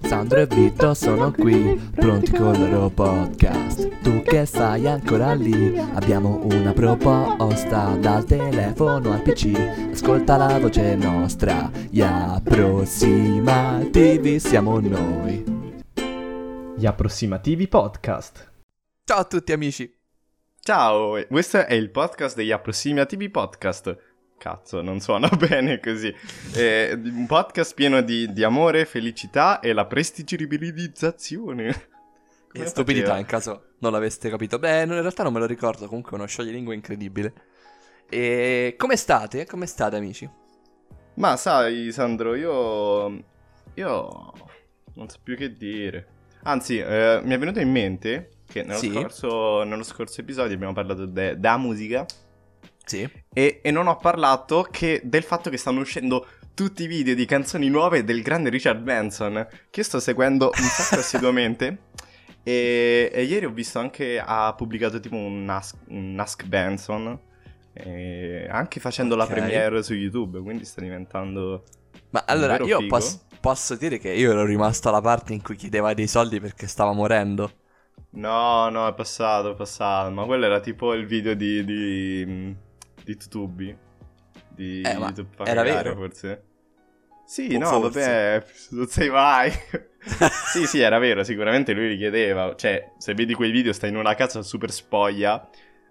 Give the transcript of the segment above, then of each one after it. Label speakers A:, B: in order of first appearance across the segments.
A: Sandro e Vito sono qui, pronti con il loro podcast. Tu che stai ancora lì, abbiamo una proposta dal telefono al PC. Ascolta la voce nostra gli approssimativi siamo noi.
B: Gli approssimativi podcast.
C: Ciao a tutti amici.
D: Ciao, e questo è il podcast degli approssimativi podcast. Cazzo, non suona bene così. È un podcast pieno di, di amore, felicità e la prestigibilizzazione.
C: e stupidità in caso non l'aveste capito. Beh, no, in realtà non me lo ricordo, comunque è uno scioglilingue incredibile. E come state? Come state amici?
D: Ma sai, Sandro, io... Io... Non so più che dire. Anzi, eh, mi è venuto in mente che nello,
C: Sì.
D: scorso, nello scorso episodio abbiamo parlato de- da musica
C: Sì.
D: e, e non ho parlato che del fatto che stanno uscendo tutti i video di canzoni nuove del grande Richard Benson, che io sto seguendo un sacco assiduamente. E, e ieri ho visto anche, ha pubblicato tipo un Ask, un Ask Benson, e anche facendo
C: Ok.
D: la premiere su YouTube, quindi sta diventando...
C: Ma allora
D: Davvero
C: io
D: figo?
C: pos- posso dire che io ero rimasto alla parte in cui chiedeva dei soldi perché stava morendo.
D: No, no, è passato, è passato, ma quello era tipo il video di... di, di Tutubi, di
C: Eh, ma
D: YouTube fa
C: era
D: cagare,
C: vero?
D: forse. Sì,
C: O
D: no,
C: forse.
D: vabbè, non sei mai... Sì, sì, era vero, sicuramente lui richiedeva. Cioè, se vedi quei video stai in una casa super spoglia.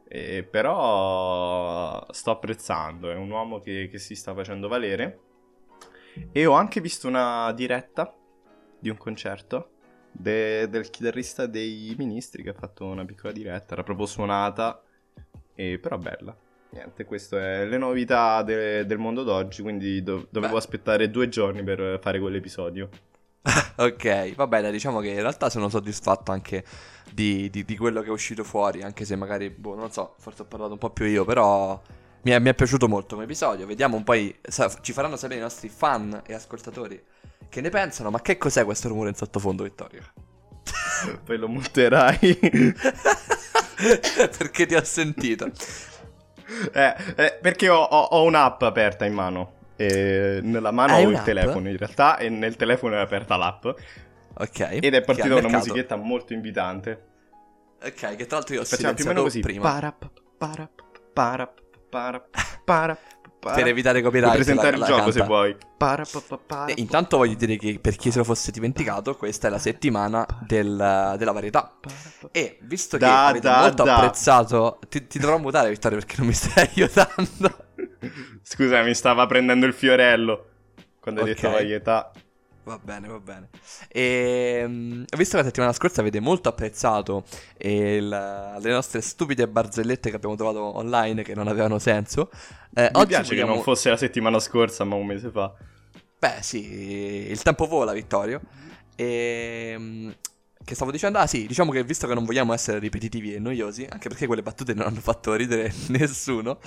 D: eh, però sto apprezzando, è un uomo che, che si sta facendo valere. E ho anche visto una diretta di un concerto de- del chitarrista dei ministri che ha fatto una piccola diretta, era proprio suonata, e- però bella. Niente, queste sono le novità de- del mondo d'oggi, quindi do- dovevo
C: Beh.
D: aspettare due giorni per fare quell'episodio.
C: Ok, va bene, diciamo che in realtà sono soddisfatto anche di, di- di quello che è uscito fuori, anche se magari, boh, non so, forse ho parlato un po' più io, però mi è, mi è piaciuto molto come episodio. Vediamo poi, sa- ci faranno sapere i nostri fan e ascoltatori che ne pensano, ma che cos'è questo rumore in sottofondo, Vittorio?
D: Poi lo multerai.
C: Perché ti ho sentito.
D: Eh, eh, perché ho, ho- ho un'app aperta in mano. E nella mano
C: Hai
D: ho il
C: un'app?
D: telefono in realtà e nel telefono è aperta l'app
C: Ok.
D: ed è partita una
C: musichetta
D: musichetta molto invitante.
C: Ok, che tra l'altro io ho
D: Facciamo più o
C: silenziato
D: meno così.
C: prima
D: Parap, parap, parap, parap, parap, parap.
C: per evitare
D: Puoi
C: copyright.
D: presentare
C: la-
D: il
C: la
D: gioco
C: canta.
D: se vuoi. Parap, pa, parap.
C: E intanto voglio dire che per chi se lo fosse dimenticato, questa è la settimana del- della varietà.
D: parap.
C: E visto che
D: Da,
C: avete
D: da,
C: molto
D: da.
C: apprezzato, ti, ti dovrò mutare, Vittorio, perché non mi stai aiutando.
D: Scusa, mi stava prendendo il fiorello quando hai
C: Ok.
D: detto varietà.
C: Va bene, va bene. E, visto che la settimana scorsa avete molto apprezzato eh, la- le nostre stupide barzellette che abbiamo trovato online che non avevano senso, eh,
D: Mi
C: oggi
D: piace
C: vogliamo-
D: che non fosse la settimana scorsa, ma un mese fa.
C: Beh, sì, il tempo vola, Vittorio. E... Che stavo dicendo? Ah, sì, diciamo che visto che non vogliamo essere ripetitivi e noiosi, anche perché quelle battute non hanno fatto ridere nessuno,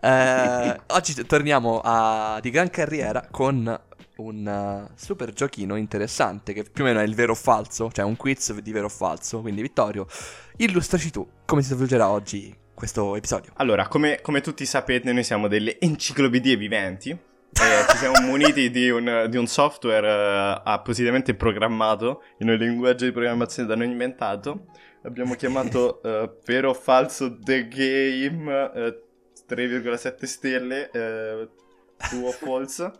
C: eh, oggi t- torniamo a di gran carriera con un eh, super giochino interessante che più o meno è il vero o falso, cioè un quiz di vero o falso. Quindi, Vittorio, illustraci tu come si svolgerà oggi questo episodio.
D: Allora, come, come tutti sapete, noi siamo delle enciclopedie viventi. e ci siamo muniti di un, di un software eh, appositamente programmato in un linguaggio di programmazione da noi inventato. Abbiamo chiamato eh, vero o falso The Game eh, 3,7 stelle. eh, True o false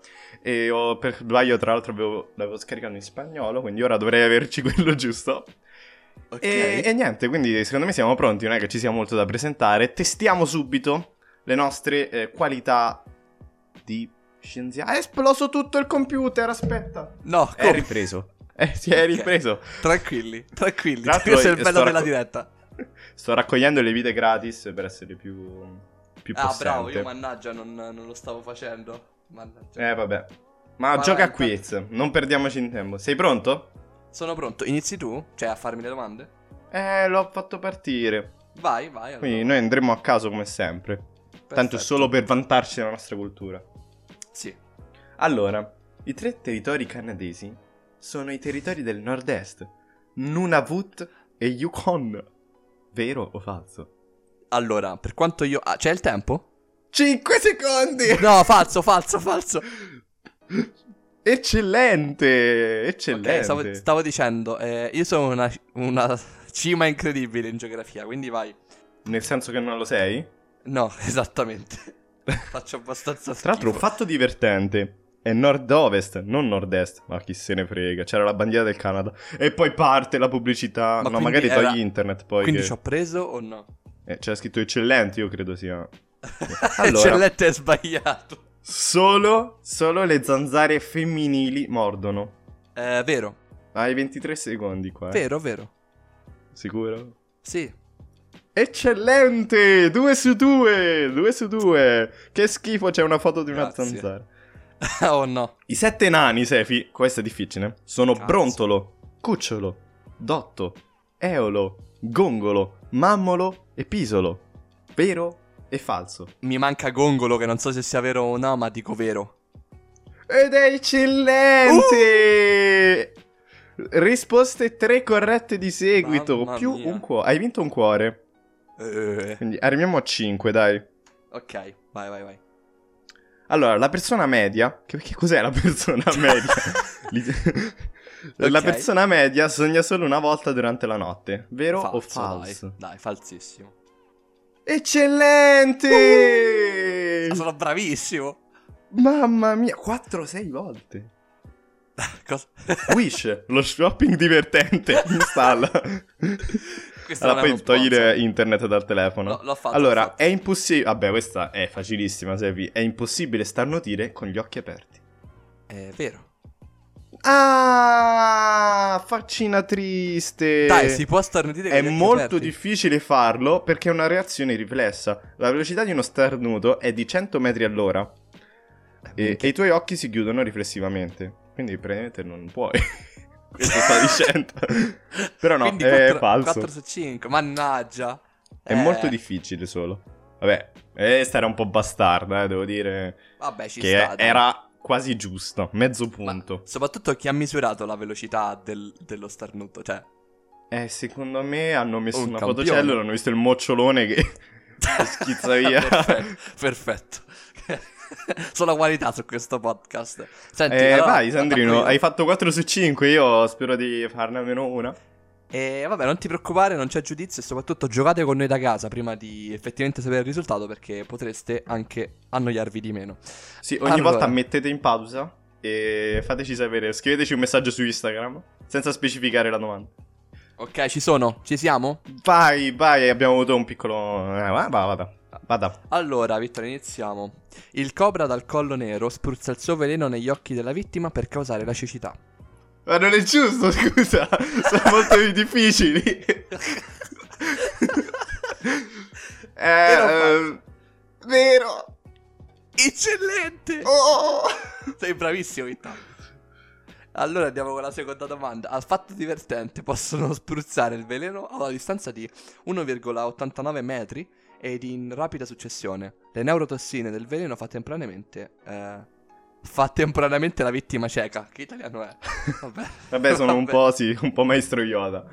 D: e ho- per sbaglio tra l'altro avevo- l'avevo scaricato in spagnolo quindi ora dovrei averci quello giusto
C: Ok.
D: e,
C: Eh,
D: e niente, quindi secondo me siamo pronti, non è che ci sia molto da presentare. Testiamo subito le nostre eh, qualità di scienziati. È esploso tutto il computer, aspetta.
C: No,
D: È
C: come?
D: ripreso. Eh, si è
C: Ok.
D: ripreso.
C: tranquilli, tranquilli.
D: Tra l'altro,
C: Questo è il bello
D: sto
C: della
D: racco-
C: diretta.
D: Sto raccogliendo le vite gratis per essere più, più
C: Ah,
D: possente.
C: bravo, io mannaggia, non, non lo stavo facendo. Mannaggia.
D: Eh, vabbè. Ma
C: Ma
D: gioca
C: vai,
D: a quiz, non perdiamoci in tempo. Sei pronto?
C: Sono pronto. Inizi tu? Cioè, a farmi le domande?
D: Eh, l'ho fatto partire.
C: Vai, vai.
D: Quindi
C: allora.
D: noi andremo a caso come sempre. Tanto
C: Perfetto.
D: solo per vantarci della nostra cultura.
C: Sì.
D: Allora, i tre territori canadesi sono i territori del nord-est, Nunavut e Yukon. Vero o falso?
C: Allora, per quanto io... ah, c'è il tempo?
D: 5 secondi!
C: No, falso, falso, falso. Ok,
D: Eccellente! Eccellente!
C: stavo, stavo dicendo, eh, io sono una, una cima incredibile in geografia, quindi vai.
D: Nel senso che non lo sei?
C: No, esattamente. Faccio abbastanza
D: Tra l'altro, un
C: schifo.
D: fatto divertente. È nord-ovest, non nord-est, ma chi se ne frega. C'era la bandiera del Canada. E poi parte la pubblicità.
C: Ma
D: no,
C: quindi
D: magari
C: era-
D: togli internet poi.
C: Quindi
D: che-
C: ci ho preso o no?
D: eh, c'era scritto eccellente, io credo sia.
C: Allora.
D: Allora.
C: Eccellente è sbagliato.
D: Solo, solo le zanzare femminili mordono.
C: Eh, vero,
D: Hai 23 secondi qua. eh.
C: vero, vero.
D: Sicuro?
C: Sì.
D: Eccellente! 2 su 2! 2 su 2! Che schifo, c'è una foto di una
C: Grazie.
D: zanzara.
C: oh no.
D: I sette nani, Sefi, questo è difficile, eh. sono
C: Cazzo.
D: brontolo, cucciolo, dotto, eolo, gongolo, mammolo e pisolo. Vero e falso?
C: Mi manca Gongolo che non so se sia vero o no, ma dico vero.
D: Ed è eccellente! Uh! Risposte tre corrette di seguito,
C: Mamma
D: più
C: mia.
D: un cuore. Hai vinto un cuore,
C: Eh,
D: quindi arriviamo a 5, dai.
C: Ok, vai, vai, vai.
D: Allora, la persona media, che, che cos'è la persona media? Li- La
C: Ok.
D: persona media sogna solo una volta durante la notte, vero o
C: Falso,
D: falso?
C: Dai, dai, falsissimo.
D: Eccellente!
C: Ma sono bravissimo.
D: Mamma mia, 4-6 volte.
C: Cosa?
D: Wish, lo shopping divertente, installa.
C: Questa
D: allora,
C: non
D: poi
C: è uno sponsor.
D: togliere internet dal telefono.
C: L'ho- l'ho fatto, l'ho
D: allora,
C: fatto.
D: è impossibile... Vabbè, questa è facilissima, Sevi. È impossibile starnutire con gli occhi aperti.
C: È Eh, vero.
D: Ah, faccina triste.
C: Dai, si può starnutire con
D: eh, È
C: gli occhi
D: molto
C: aperti.
D: difficile farlo perché è una reazione riflessa. La velocità di uno starnuto è di 100 metri all'ora
C: Eh,
D: e, e i tuoi occhi si chiudono riflessivamente. Quindi praticamente non puoi. Questo sta dicendo. Però no,
C: Quindi
D: è
C: 4,
D: falso.
C: 4 su 5, mannaggia.
D: È
C: Eh,
D: molto difficile solo. Vabbè, questa era un po' bastarda, eh, devo dire.
C: Vabbè, ci
D: che
C: sta. dai.
D: era quasi giusta, mezzo
C: Ma
D: punto.
C: soprattutto chi ha misurato la velocità del- dello starnuto, cioè...
D: Eh, secondo me hanno messo
C: Un
D: una
C: campione.
D: fotocellula, hanno visto il mocciolone che schizza via.
C: perfetto, perfetto. Sono la qualità su questo podcast. Senti,
D: Eh,
C: allora,
D: vai Sandrino,
C: attacco io.
D: hai fatto 4 su 5, io spero di farne almeno una.
C: Eh, vabbè, non ti preoccupare, non c'è giudizio e soprattutto giocate con noi da casa prima di effettivamente sapere il risultato perché potreste anche annoiarvi di meno.
D: Sì, ogni
C: Allora.
D: volta mettete in pausa e fateci sapere, scriveteci un messaggio su Instagram senza specificare la domanda.
C: Ok, ci sono? Ci siamo?
D: Vai, vai, abbiamo avuto un piccolo... Eh, va, va, vada, vada.
C: Allora, Vittorio, iniziamo. Il cobra dal collo nero spruzza il suo veleno negli occhi della vittima per causare la cecità.
D: Ma non è giusto, scusa, sono molto difficili. Eh,
C: Vero o
D: eh, vero.
C: Eccellente!
D: Oh!
C: Sei bravissimo, Vittorio. Allora andiamo con la seconda domanda. Al fatto divertente possono spruzzare il veleno alla distanza di 1,89 metri ed in rapida successione. Le neurotossine del veleno fa temporaneamente. eh, fa temporaneamente la vittima cieca. Che italiano è? Vabbè,
D: Vabbè, sono un
C: Vabbè.
D: po', sì, un po' maestro Yoda.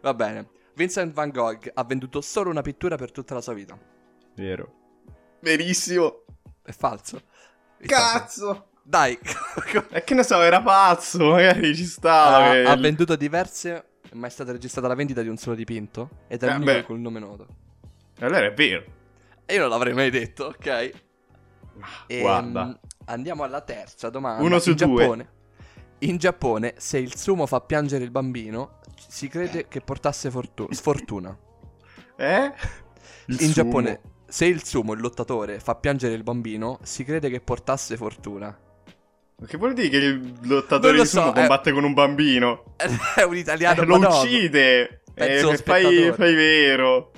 C: Va bene. Vincent Van Gogh ha venduto solo una pittura per tutta la sua vita.
D: Vero. Verissimo.
C: È falso.
D: Cazzo.
C: Dai!
D: E che ne so, era pazzo, magari ci stava. che-
C: ha, ha venduto diverse, ma è stata registrata la vendita di un solo dipinto. Ed è
D: Eh,
C: l'unico
D: beh.
C: col nome noto.
D: Allora è vero.
C: E io non l'avrei mai detto, ok? Ehm,
D: Guarda.
C: Andiamo alla terza domanda.
D: Uno su
C: In
D: due.
C: Giappone, in Giappone, se il sumo fa piangere il bambino, si crede che portasse fortu- sfortuna.
D: Eh?
C: in Giappone, se il sumo, il lottatore, fa piangere il bambino, si crede che portasse fortuna.
D: Ma Che vuol dire che il
C: Non
D: lottatore
C: lo
D: di sumo
C: so, eh.
D: combatte con un bambino?
C: È un italiano,
D: Eh, lo
C: ma no.
D: uccide.
C: Penso
D: Eh,
C: allo
D: fai,
C: spettatore.
D: fai vero.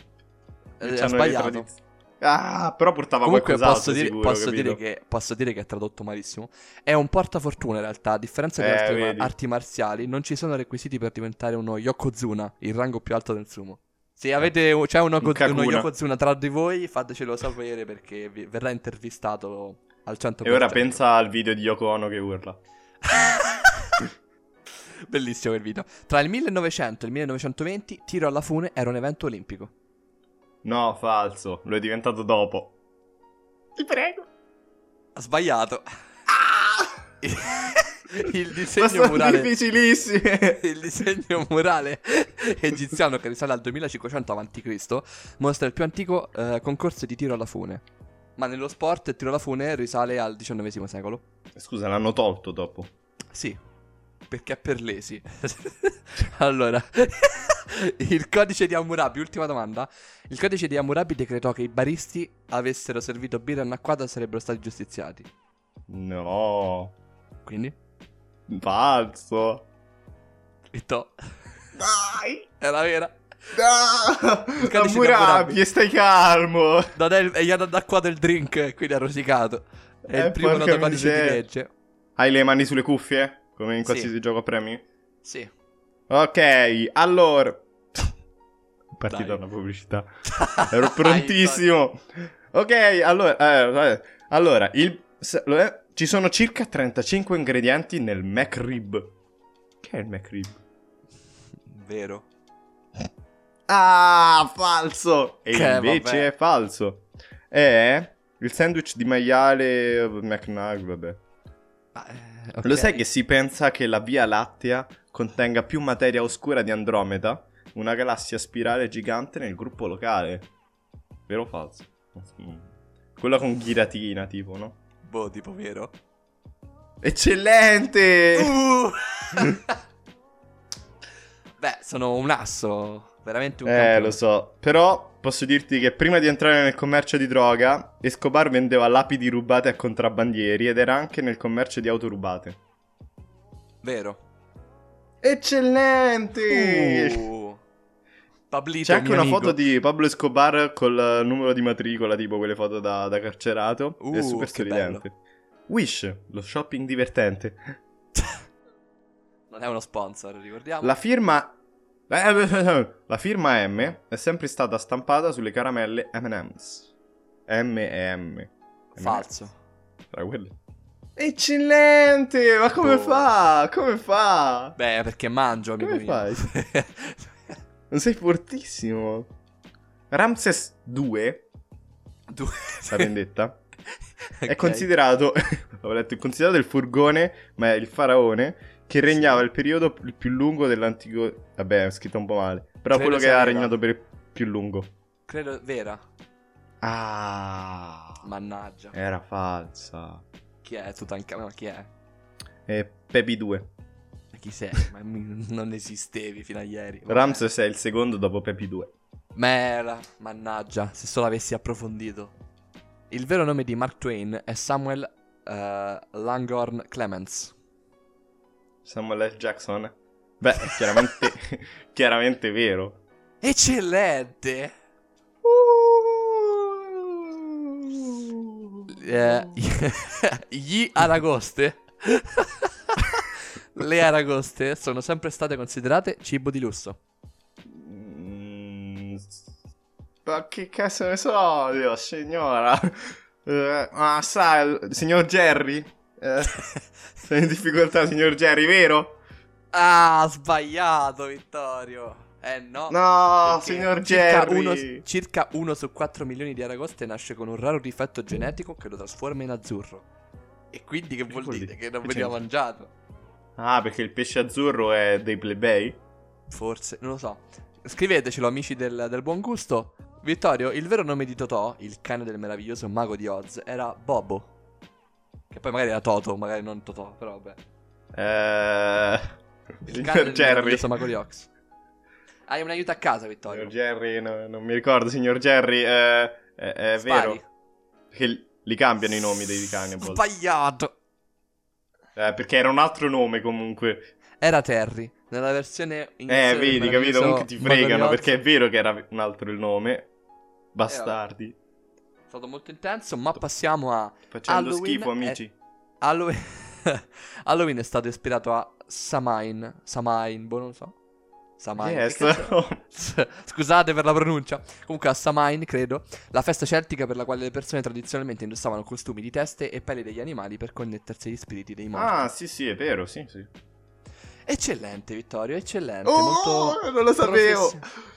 C: Eh,
D: C'hanno
C: ha
D: le
C: sbagliato.
D: tradiz- Ah, però portava
C: Comunque
D: qualcos'altro
C: posso, dire,
D: sicuro,
C: posso dire
D: capito?
C: che, posso dire che è tradotto malissimo. È un portafortuna in realtà, a differenza di
D: Eh,
C: altre ma-
D: vedi.
C: arti marziali, non ci sono requisiti per diventare uno Yokozuna, il rango più alto del sumo. Se avete c'è uno,
D: Un kakuna.
C: uno Yokozuna tra di voi, fatecelo sapere perché vi- verrà intervistato al 100%.
D: E ora pensa al video di Yoko Ono che urla.
C: Bellissimo quel video. Tra il 1900 e il 1920, tiro alla fune era un evento olimpico.
D: No, falso, lo è diventato dopo. Ti prego.
C: Ha sbagliato. il disegno
D: Ah! Ma sono
C: murale
D: difficilissime.
C: il disegno murale egiziano che risale al 2500 a.C. mostra il più antico eh, concorso di tiro alla fune. Ma nello sport il tiro alla fune risale al XIX secolo.
D: Scusa, l'hanno tolto dopo.
C: Sì, perché è per lesi. allora, il codice di Hammurabi, ultima domanda. Il codice di Hammurabi decretò che i baristi avessero servito birra annacquata e sarebbero stati giustiziati.
D: No,
C: Quindi,
D: falso.
C: Vitto,
D: Dai,
C: era vera.
D: dai.
C: codice di
D: Hammurabi,
C: Hammurabi.
D: stai calmo.
C: Non è il- e gli hanno annacquato il drink, quindi ha rosicato. È
D: Eh,
C: il primo
D: porca
C: noto codice di
D: miseria.
C: legge.
D: Hai le mani sulle cuffie? Come in
C: Sì.
D: qualsiasi gioco a premi?
C: Sì.
D: Ok, allora. Partita
C: Dai.
D: una pubblicità. Ero prontissimo. ok, allora, eh, vabbè. allora il- se- lo è- ci sono circa 35 ingredienti nel McRib. Che è il McRib?
C: Vero.
D: Ah, falso! E
C: Che
D: invece
C: vabbè.
D: è falso. È il sandwich di maiale McNug, vabbè.
C: Ah, eh,
D: Lo
C: ok.
D: sai che si pensa che la Via Lattea contenga più materia oscura di Andromeda, una galassia spirale gigante nel gruppo locale? Vero o falso? Mm. Quella con ghiratina, tipo, no?
C: Boh, tipo vero.
D: Eccellente!
C: Uh! Beh, sono un asso. Veramente un
D: eh,
C: campione.
D: lo so. Però posso dirti che prima di entrare nel commercio di droga, Escobar vendeva lapidi rubate a contrabbandieri ed era anche nel commercio di auto rubate.
C: Vero.
D: Eccellente!
C: Uh. Pablito,
D: C'è anche
C: mio
D: una
C: amico.
D: foto di Pablo Escobar col eh, numero di matricola, tipo quelle foto da, da carcerato.
C: Uh,
D: è super
C: che
D: sorridente. Wish, lo shopping divertente.
C: Non è uno sponsor, ricordiamo.
D: La firma. eh, La firma M è sempre stata stampata sulle caramelle MM's. M e M.
C: Falso.
D: Tra quelle. Oh. Eccellente! Ma come
C: Boh.
D: fa? Come fa?
C: Beh, perché mangio, amico
D: Come
C: mio.
D: fai? Non sei fortissimo. Ramses 2,
C: Due.
D: la vendetta. È
C: Ok.
D: considerato, avevo letto, è considerato il furgone, ma è il faraone, che regnava il periodo il più lungo dell'antico... Vabbè, è scritto un po' male. Però
C: Credo
D: quello che
C: sia
D: ha
C: vera.
D: regnato per più lungo.
C: Credo vera.
D: Ah,
C: Mannaggia.
D: era falsa.
C: Chi è Tutankhamon? Chi è?
D: E Pepi 2.
C: Ma Chi sei? Ma mi- non esistevi fino a ieri. Vabbè.
D: Ramses è il secondo dopo Pepi 2.
C: Mera, mannaggia, se solo avessi approfondito. Il vero nome di Mark Twain è Samuel eh, Langhorne Clemens.
D: Samuel L. Jackson. Beh, è chiaramente, chiaramente vero.
C: Eccellente! Eh, gli aragoste. Le aragoste sono sempre state considerate cibo di lusso.
D: Mm, Ma che cazzo ne so io, signora? Eh, ma sa, il- signor Jerry? Eh, sei in difficoltà, signor Jerry, vero?
C: Ah, sbagliato, Vittorio. Eh no.
D: No,
C: Perché
D: Oh, signor
C: circa
D: Jerry.
C: uno- circa 1 su 4 milioni di aragoste nasce con un raro difetto genetico che lo trasforma in azzurro. E quindi che vuol
D: vuol
C: dire?
D: dire?
C: Che non
D: Che
C: veniva
D: c'entra?
C: mangiato?
D: Ah, perché il pesce azzurro è dei plebei?
C: Forse, non lo so. Scrivetecelo, amici del, del buon gusto. Vittorio, il vero nome di Totò, il cane del meraviglioso mago di Oz, era Bobo. Che poi magari era Toto, magari non Totò, però vabbè.
D: Eh,
C: Il cane
D: signor
C: del
D: Jerry.
C: meraviglioso mago di Oz. Hai un aiuto a casa, Vittorio.
D: Signor Jerry, no- non mi ricordo, signor Jerry. eh, è, è
C: Spari.
D: vero. Che li- li cambiano i nomi dei cani a volte.
C: Sbagliato.
D: Eh, perché era un altro nome comunque.
C: Era Terry. Nella versione
D: Eh,
C: iniziale del
D: vedi, capito?
C: meraviglioso
D: Comunque ti
C: Mago di
D: fregano
C: Oz.
D: perché è vero che era un altro il nome. Bastardi.
C: stato molto intenso, ma passiamo a
D: Facendo
C: Halloween
D: schifo,
C: è-
D: amici.
C: Halloween. Halloween è stato ispirato a Samain. Samain, boh, non lo so. Samain. che
D: Yes.
C: cazzo è? Scusate per la pronuncia. Comunque a Samain, credo, la festa celtica per la quale le persone tradizionalmente indossavano costumi di teste e pelli degli animali per connettersi agli spiriti dei morti.
D: ah, sì, sì, è vero, sì, sì.
C: Eccellente, Vittorio, eccellente.
D: Oh,
C: molto
D: non lo sapevo.
C: professio-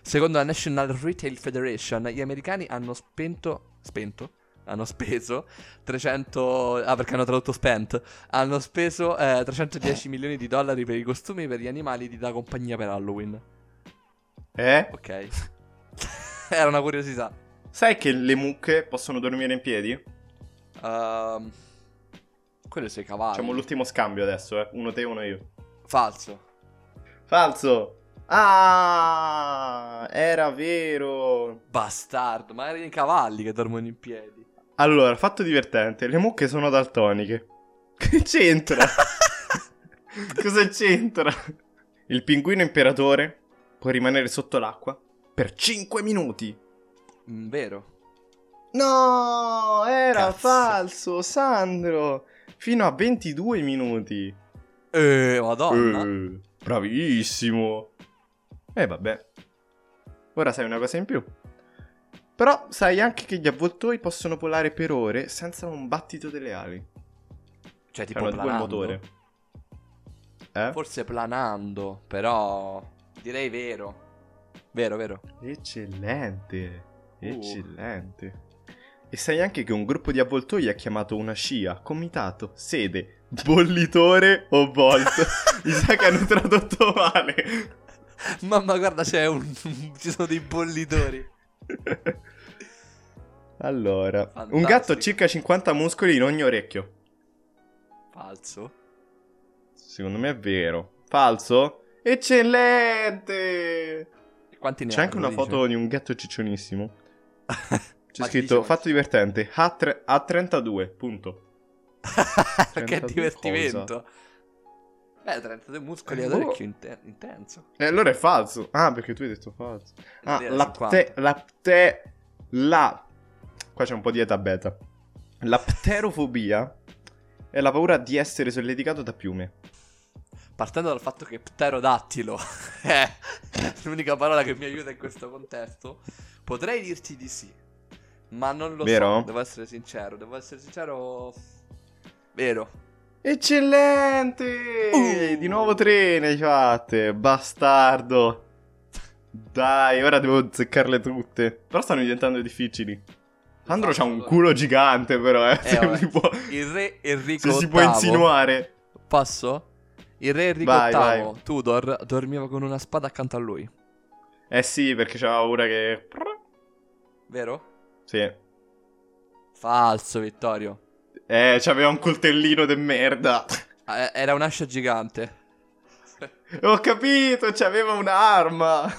C: Secondo la National Retail Federation, gli americani hanno spento. Spento? Hanno speso 300. Ah, perché hanno tradotto spent. Hanno speso eh, 310 milioni di dollari per i costumi per gli animali di da compagnia per Halloween.
D: Eh?
C: Ok. Era una curiosità.
D: Sai che le mucche possono dormire in piedi?
C: Ehm, quello sei cavalli.
D: Facciamo l'ultimo scambio adesso, eh. Uno te, uno io.
C: Falso.
D: Falso. Ah, era vero.
C: Bastardo, ma erano i cavalli che dormono in piedi.
D: Allora, fatto divertente, le mucche sono daltoniche. Che c'entra? Cosa c'entra? Il pinguino imperatore può rimanere sotto l'acqua per 5 minuti.
C: Mm, Vero.
D: No, era
C: Cazzo.
D: falso, Sandro. Fino a 22 minuti.
C: Eh, madonna.
D: Eh, bravissimo. E vabbè. Ora sai una cosa in più. Però sai anche che gli avvoltoi possono volare per ore senza un battito delle ali.
C: Cioè,
D: Tipo
C: tipo
D: hanno due il
C: planando.
D: motore. Eh?
C: Forse planando, però direi vero. Vero, vero.
D: Eccellente.
C: Uh.
D: Eccellente. E sai anche che un gruppo di avvoltoi ha chiamato una scia, comitato, sede, bollitore o volto. Mi sa che hanno tradotto male.
C: Mamma, guarda, c'è un... ci sono dei bollitori.
D: Allora, un
C: Fantastico.
D: gatto ha circa 50 muscoli in ogni orecchio.
C: Falso.
D: Secondo me è vero. Falso? Eccellente!
C: E quanti ne
D: C'è anche
C: hanno,
D: una
C: dice?
D: foto di un gatto ciccionissimo. C'è
C: Ma
D: scritto
C: diciamo-
D: fatto divertente a, tre- a 32, punto.
C: Perché è
D: 32
C: divertimento. Beh, 32 muscoli
D: Eh,
C: ad
D: boh.
C: orecchio inte- intenso.
D: E allora è falso. Ah, perché tu hai detto falso. Ah,
C: Era
D: lapte,
C: 50.
D: lapte, la... Qua c'è un po' di età beta. La pterofobia è la paura di essere solleticato da piume.
C: Partendo dal fatto che pterodattilo è l'unica parola che mi aiuta in questo contesto, potrei dirti di sì. Ma non lo
D: Vero?
C: so, devo essere sincero, devo essere sincero. Vero.
D: Eccellente!
C: Uh.
D: Di nuovo tre ne hai fatte, bastardo. Dai, ora devo zeccarle tutte. Però stanno diventando difficili. Sandro c'ha un culo gigante, però, eh. se
C: vabbè.
D: si può,
C: Il re Enrico
D: se si può
C: VIII.
D: insinuare.
C: Passo? Il re Enrico
D: Vai,
C: VIII,
D: vai.
C: Tudor, dormiva con una spada accanto a lui,
D: Eh sì, perché c'ha paura che.
C: vero?
D: Sì.
C: Falso, Vittorio.
D: Eh, c'aveva un coltellino de merda.
C: Eh, Era un'ascia gigante.
D: Ho capito, c'aveva un'arma.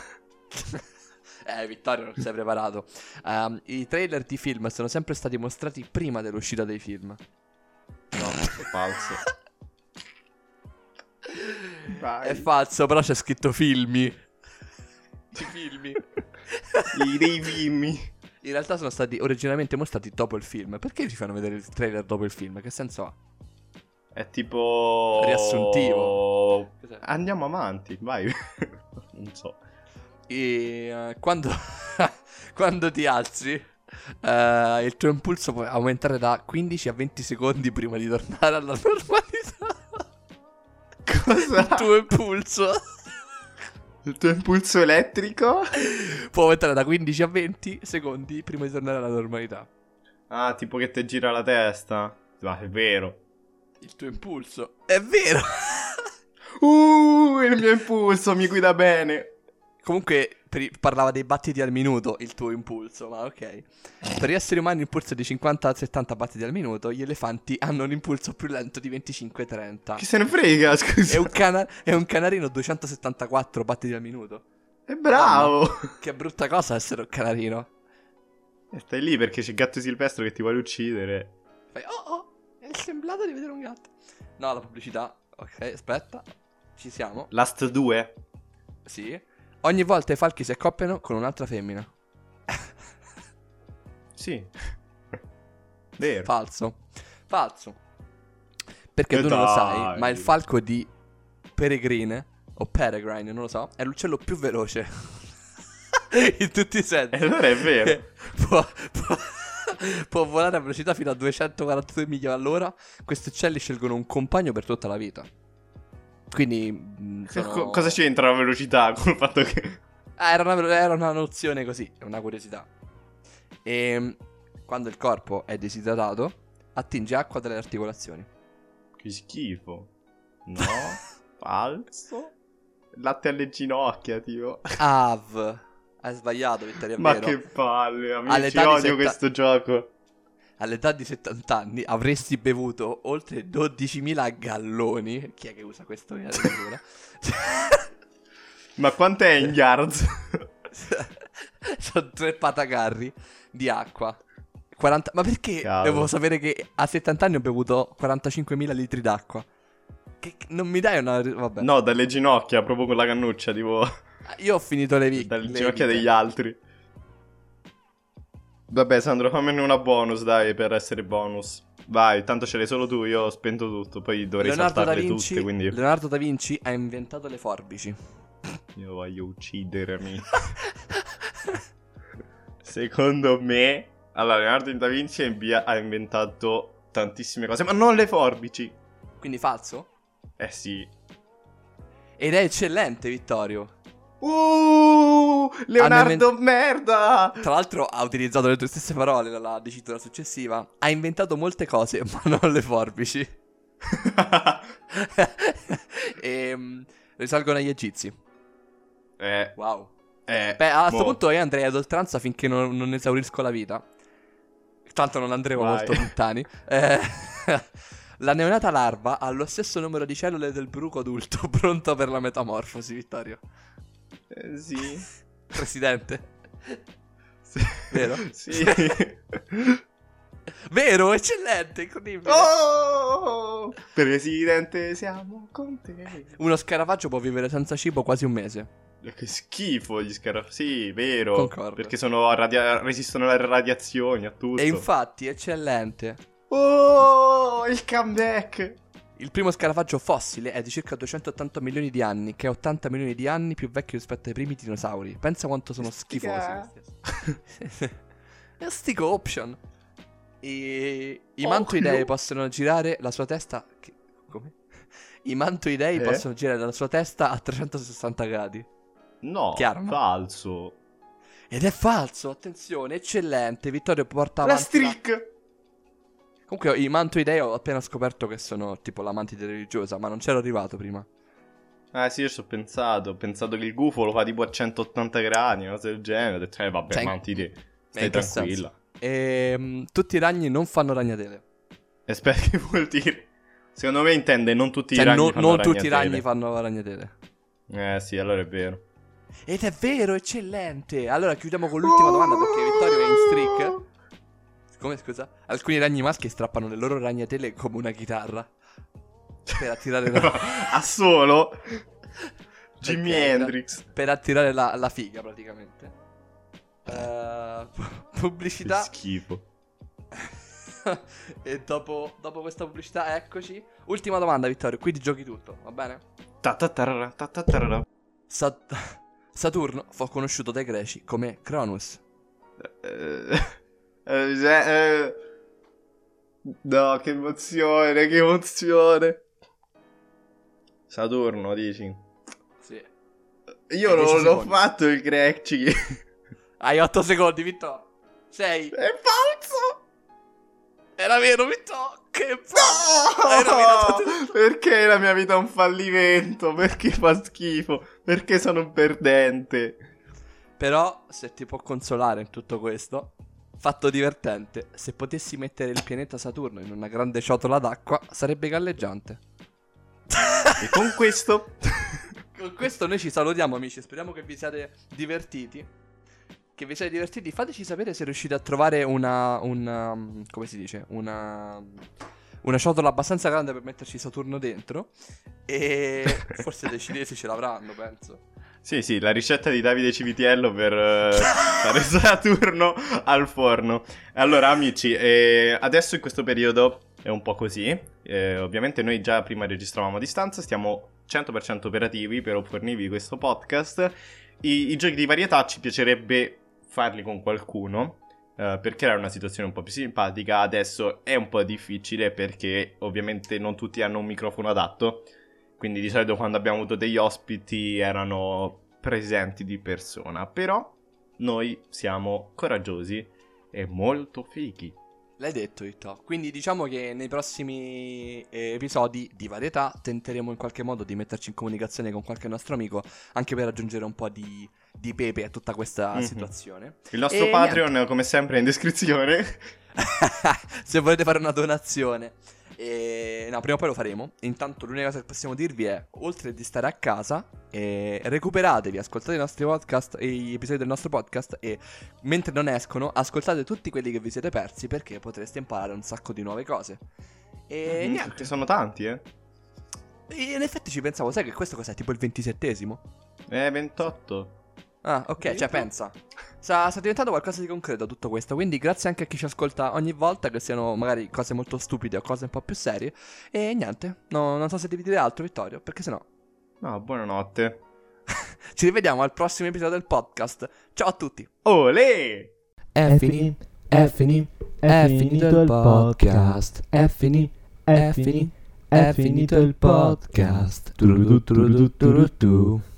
C: eh, Vittorio, non sei preparato. Ehm, I trailer di film sono sempre stati mostrati prima dell'uscita dei film.
D: No, è falso. Vai.
C: È falso, però c'è scritto filmi. I filmi.
D: I dei bimbi.
C: In realtà sono stati originalmente mostrati dopo il film. Perché ci fanno vedere il trailer dopo il film? Che senso ha?
D: È tipo.
C: Riassuntivo. Cos'è?
D: Andiamo avanti, vai. non so.
C: E eh, quando, quando ti alzi, eh, il tuo impulso può aumentare da 15 a 20 secondi prima di tornare alla normalità.
D: Cosa?
C: Il tuo impulso
D: Il tuo impulso elettrico?
C: può aumentare da 15 a 20 secondi prima di tornare alla normalità.
D: Ah, tipo che ti gira la testa. Ma è vero.
C: Il tuo impulso è vero.
D: Uh, il mio impulso mi guida bene.
C: Comunque per- parlava dei battiti al minuto il tuo impulso, ma ok. Per gli esseri umani un impulso di 50-70 battiti al minuto, gli elefanti hanno un impulso più lento di 25-30.
D: Chi se ne frega,
C: È
D: scusa.
C: un, cana- è un canarino 274 battiti al minuto.
D: È bravo.
C: Che brutta cosa essere un canarino.
D: E stai lì perché c'è il gatto silvestro che ti vuole uccidere.
C: Fai, oh oh, è semblato di vedere un gatto. No, la pubblicità. Ok, aspetta. Ci siamo.
D: Last 2?
C: Sì. Ogni volta i falchi si accoppiano con un'altra femmina.
D: Sì. Vero.
C: Falso. Falso. Perché
D: Che
C: tu non lo sai,
D: dai.
C: ma il falco di Peregrine, o Peregrine, non lo so, è l'uccello più veloce. In tutti i sensi.
D: E Eh, allora è vero.
C: può, può- può volare a velocità fino a 242 miglia all'ora. Questi uccelli scelgono un compagno per tutta la vita. Quindi... mh,
D: Cioè, Co-
C: sono-
D: cosa c'entra la velocità con il fatto che...
C: Ah, era una, era una nozione così, è una curiosità. E quando il corpo è disidratato, attinge acqua dalle articolazioni.
D: Che schifo. No. Falso. Latte alle ginocchia, tipo.
C: Av. Hai sbagliato, Vittorio, è
D: Ma
C: vero.
D: che palle, amici.
C: All'età di
D: Odio
C: setta-
D: questo gioco.
C: All'età di 70 anni avresti bevuto oltre 12.000 galloni. Chi è che usa questo? in agricoltura?
D: Ma quant'è in yards?
C: Sono tre patacarri di acqua. 40 Ma perché
D: Cavolo.
C: devo sapere che a 70 anni ho bevuto 45.000 litri d'acqua? Che che- non mi dai una... Vabbè. Ah,
D: no, dalle ginocchia, proprio con la cannuccia, tipo...
C: Io ho finito le vic-
D: dalle
C: le
D: ginocchia
C: vite.
D: degli altri. Vabbè, Sandro, fammene una bonus, dai, per essere bonus. Vai, tanto ce l'hai solo tu, io ho spento tutto, poi dovrei
C: Leonardo da,
D: saltarle
C: Vinci,
D: tutte, quindi
C: Leonardo da Vinci ha inventato le forbici.
D: io voglio uccidermi. Secondo me, allora, Leonardo da Vinci ha invia- ha inventato tantissime cose, ma non le forbici.
C: Quindi falso?
D: Eh sì.
C: Ed è eccellente, Vittorio.
D: Uh, Leonardo
C: invent-
D: merda!
C: Tra l'altro ha utilizzato le tue stesse parole nella dicitura successiva. Ha inventato molte cose, ma non le forbici. Ehm, risalgono agli egizi.
D: eh,
C: Wow.
D: eh,
C: Beh, a questo
D: mo.
C: punto io andrei ad oltranza finché non, non esaurisco la vita. Tanto non andremo
D: Vai.
C: molto lontani. Eh, la neonata larva ha lo stesso numero di cellule del bruco adulto, pronto per la metamorfosi, Vittorio.
D: Eh, sì.
C: Presidente.
D: Sì.
C: Vero?
D: Sì.
C: Vero, eccellente, incredibile.
D: oh! Presidente, siamo con te. Eh,
C: Uno scarafaggio può vivere senza cibo quasi un mese.
D: Che schifo gli scarafaggi. Sì, vero.
C: Concordo.
D: Perché sono radia- resistono alle radiazioni, a tutto.
C: E infatti, eccellente.
D: Oh, il comeback.
C: Il primo scarafaggio fossile è di circa 280 milioni di anni, che è 80 milioni di anni più vecchio rispetto ai primi dinosauri. Pensa quanto sono
D: Stica.
C: schifosi. E stico option. E... I
D: Oh,
C: mantoidei
D: no.
C: possono girare la sua testa... che- Come? I mantoidei
D: Eh?
C: possono girare la sua testa a 360 gradi.
D: No,
C: Chiaro, no?
D: falso.
C: Ed è falso, attenzione, eccellente. Vittorio porta
D: La
C: avanti la-
D: streak.
C: Comunque i mantoidei ho appena scoperto che sono tipo l'amantide religiosa, ma non c'ero arrivato prima.
D: Ah sì, io ci ho pensato, ho pensato che il gufo lo fa tipo a 180 gradi, una cosa del genere, ho detto, eh vabbè,
C: Cioè,
D: ma non ti te,
C: in
D: stai
C: che senso?
D: tranquilla.
C: Ehm, tutti i ragni non fanno ragnatele.
D: E spero che vuol dire... Secondo me intende non tutti i
C: cioè,
D: ragni
C: non-
D: fanno
C: non tutti i
D: ragnatele.
C: ragni fanno ragnatele.
D: Eh sì, allora è vero.
C: Ed è vero, eccellente. Allora chiudiamo con l'ultima domanda perché Vittorio è in streak. Come scusa? Alcuni ragni maschi strappano le loro ragnatele come una chitarra. Per attirare la,
D: a solo Jimi
C: Ok,
D: Hendrix.
C: per attirare la, la figa praticamente. Eh,
D: Che
C: pubblicità.
D: schifo.
C: e dopo, dopo questa pubblicità, eccoci. Ultima domanda, Vittorio. Qui ti giochi tutto, va bene?
D: Ta ta tarara, ta ta tarara.
C: Sat- Saturno fu conosciuto dai greci come Cronus.
D: Eh, eh, eh, eh. No, che emozione, che emozione. Saturno, dici?
C: Sì.
D: Io
C: Dieci
D: non l'ho
C: secondi.
D: fatto il Grecci. È
C: Hai 8 secondi, Vittorio. 6.
D: falso!
C: Era vero, Vittorio. Che
D: No!
C: Hai rovinato tutto.
D: Oh, Perché la mia vita è un fallimento? Perché fa schifo? Perché sono un perdente?
C: Però, se ti può consolare in tutto questo, fatto divertente, se potessi mettere il pianeta Saturno in una grande ciotola d'acqua, sarebbe galleggiante.
D: E con questo...
C: Con questo noi ci salutiamo amici, speriamo che vi siate divertiti. Che vi siate divertiti, fateci sapere se riuscite a trovare una, una um, come si dice, una una ciotola abbastanza grande per metterci Saturno dentro e forse dei cinesi ce l'avranno, penso.
D: Sì, sì, la ricetta di Davide Civitiello per eh, fare Saturno al forno. Allora, amici, eh, adesso in questo periodo è un po' così. Eh, ovviamente noi già prima registravamo a distanza, stiamo 100% operativi per fornirvi questo podcast. I, i giochi di varietà ci piacerebbe farli con qualcuno. eh, per creare una situazione un po' più simpatica adesso è un po' difficile perché ovviamente non tutti hanno un microfono adatto quindi di solito quando abbiamo avuto degli ospiti erano presenti di persona, però noi siamo coraggiosi e molto fighi.
C: L'hai detto, Itto. Quindi diciamo che nei prossimi eh, episodi di varietà tenteremo in qualche modo di metterci in comunicazione con qualche nostro amico, anche per aggiungere un po' di, di pepe a tutta questa
D: Mhm.
C: situazione.
D: Il nostro
C: E
D: Patreon come sempre è in descrizione.
C: Se volete fare una donazione. E... No, prima o poi lo faremo. Intanto l'unica cosa che possiamo dirvi è, oltre di stare a casa, eh, recuperatevi, ascoltate i nostri podcast, e gli episodi del nostro podcast e mentre non escono, ascoltate tutti quelli che vi siete persi perché potreste imparare un sacco di nuove cose. E
D: Mm,
C: niente.
D: Che sono tanti, eh.
C: E in effetti ci pensavo, sai che questo cos'è? Tipo il ventisettesimo?
D: Eh, 28.
C: Ah, ok,
D: Addirittura.
C: cioè pensa. Sta, sta diventando qualcosa di concreto tutto questo, quindi grazie anche a chi ci ascolta ogni volta, che siano magari cose molto stupide o cose un po' più serie. E niente, no- non so se devi dire altro Vittorio, perché sennò
D: No, buonanotte.
C: ci rivediamo al prossimo episodio del podcast. Ciao a tutti!
D: Olè!
A: È finito, è finito, è finito il podcast. È finito, è finito, è finito il podcast. Turudu, turudu, turudu,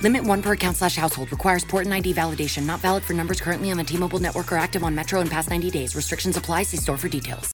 E: Limit one per account slash household. Requires port and ID validation. Not valid for numbers currently on the T-Mobile network or active on Metro in past 90 days. Restrictions apply. See store for details.